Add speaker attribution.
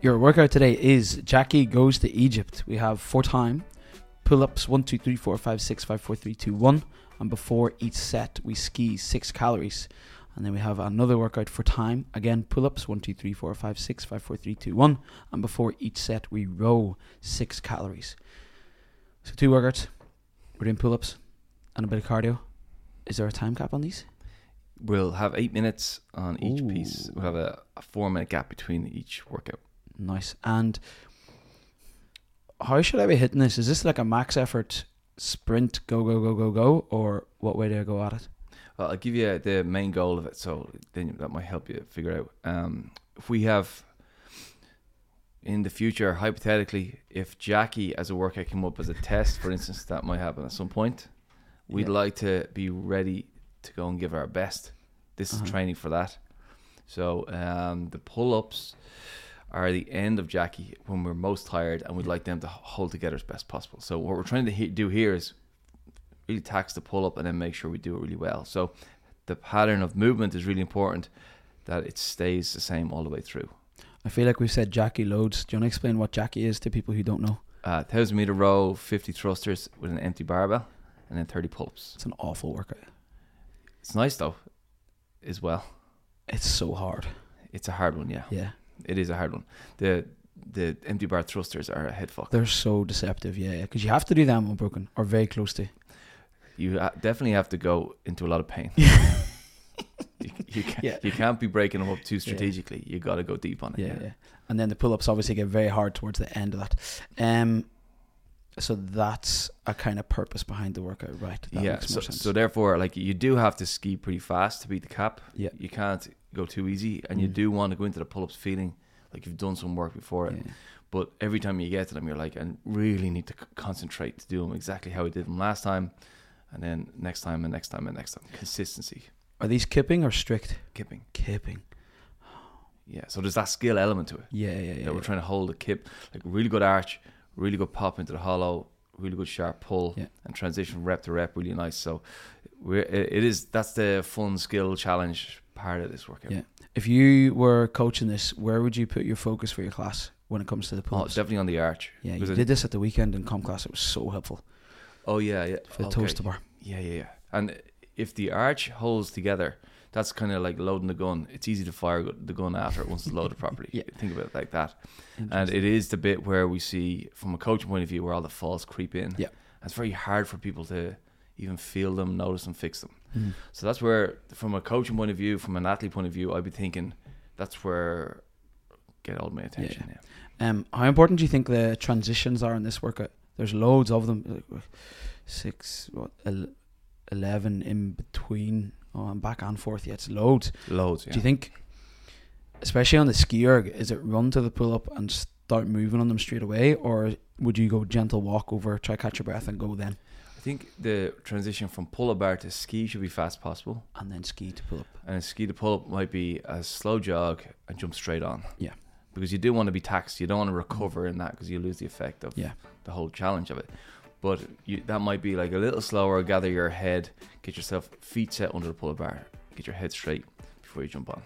Speaker 1: Your workout today is Jackie goes to Egypt. We have four time pull ups one, two, three, four, five, six, five, four, three, two, one. And before each set, we ski six calories. And then we have another workout for time. Again, pull ups one, two, three, four, five, six, five, four, three, two, one. And before each set, we row six calories. So two workouts. We're doing pull ups and a bit of cardio. Is there a time cap on these?
Speaker 2: We'll have eight minutes on each piece.
Speaker 1: Ooh.
Speaker 2: We'll have a, a four minute gap between each workout.
Speaker 1: Nice. And how should I be hitting this? Is this like a max effort sprint, go, go, go, go, go? Or what way do I go at it?
Speaker 2: Well, I'll give you the main goal of it, so then that might help you figure out. Um, if we have in the future, hypothetically, if Jackie as a workout came up as a test, for instance, that might happen at some point. We'd
Speaker 1: Yeah.
Speaker 2: like to be ready to go and give our best. This
Speaker 1: Uh-huh.
Speaker 2: is training for that. So um, the pull-ups are the end of Jackie when we're most tired, and we'd like them to h- hold together as best possible. So what we're trying to he- do here is really tax the pull-up and then make sure we do it really well. So the pattern of movement is really important that it stays the same all the way through.
Speaker 1: I feel like we've said Jackie loads. Do you want to explain what Jackie is to people who don't know?
Speaker 2: Uh, 1000 meter row, 50 thrusters with an empty barbell, and then 30 pull ups.
Speaker 1: It's an awful workout.
Speaker 2: It's nice though, as well.
Speaker 1: It's so hard.
Speaker 2: It's a hard one, yeah.
Speaker 1: Yeah.
Speaker 2: It is a hard one. The the empty bar thrusters are a head fuck.
Speaker 1: They're so deceptive. Yeah. yeah. Because you have to do them on broken or very close to.
Speaker 2: You ha- definitely have to go into a lot of pain. you, you, can't,
Speaker 1: Yeah.
Speaker 2: you can't be breaking them up too strategically. You got to go deep on it.
Speaker 1: Yeah. yeah. And then the pull ups obviously get very hard towards the end of that. Um, so that's a kind of purpose behind the workout, right? That
Speaker 2: yeah,
Speaker 1: makes
Speaker 2: so,
Speaker 1: more sense.
Speaker 2: so therefore, like you do have to ski pretty fast to beat the cap.
Speaker 1: Yeah.
Speaker 2: you can't go too easy, and you
Speaker 1: Mm.
Speaker 2: do want to go into the pull-ups feeling like you've done some work before it.
Speaker 1: Yeah.
Speaker 2: But every time you get to them, you're like, I really need to c- concentrate to do them exactly how I did them last time, and then next time and next time and next time. Consistency,
Speaker 1: Are these kipping or strict?
Speaker 2: kipping.
Speaker 1: Kipping.
Speaker 2: Yeah, so there's that skill element to it.
Speaker 1: Yeah, yeah, yeah.
Speaker 2: that we're
Speaker 1: yeah.
Speaker 2: trying to hold a kip, like really good arch, really good pop into the hollow, really good sharp pull,
Speaker 1: Yeah.
Speaker 2: and transition rep to rep, really nice. So, we're it, it is that's the fun skill challenge part of this workout.
Speaker 1: Yeah. If you were coaching this, where would you put your focus for your class when it comes to the
Speaker 2: Oh,
Speaker 1: pull-ups?
Speaker 2: definitely on the arch.
Speaker 1: yeah, you
Speaker 2: Because I-
Speaker 1: did this at the weekend in comp class. It was so helpful
Speaker 2: Oh yeah, yeah.
Speaker 1: for the
Speaker 2: okay.
Speaker 1: toes to bar.
Speaker 2: Yeah, yeah, yeah. And if the arch holds together, that's kind of like loading the gun. It's easy to fire go- the gun after it once it's loaded properly.
Speaker 1: Yeah.
Speaker 2: Think about it like that. And it is the bit where we see, from a coaching point of view, where all the falls creep in.
Speaker 1: Yeah.
Speaker 2: It's very hard for people to even feel them, notice them, fix them.
Speaker 1: Mhm.
Speaker 2: So that's where, from a coaching point of view, from an athlete point of view, I'd be thinking that's where get all my attention. Yeah.
Speaker 1: Um, how important do you think the transitions are in this workout? There's loads of them. Like, Six, what, el- eleven in between. Oh, and back and forth. Yeah, it's loads.
Speaker 2: Loads. Yeah.
Speaker 1: Do you think, especially on the ski erg, is it run to the pull up and start moving on them straight away, or would you go gentle walk over, try catch your breath, and go then,
Speaker 2: I think the transition from pull up bar to ski should be fast possible.
Speaker 1: and then ski to pull up?
Speaker 2: and a ski to pull up might be a slow jog and jump straight on.
Speaker 1: Yeah.
Speaker 2: Because you do want to be taxed. You don't want to recover in that because you lose the effect of
Speaker 1: Yeah.
Speaker 2: the whole challenge of it. But you, that might be like a little slower. Gather your head, get yourself feet set under the pull up bar, get your head straight before you jump on.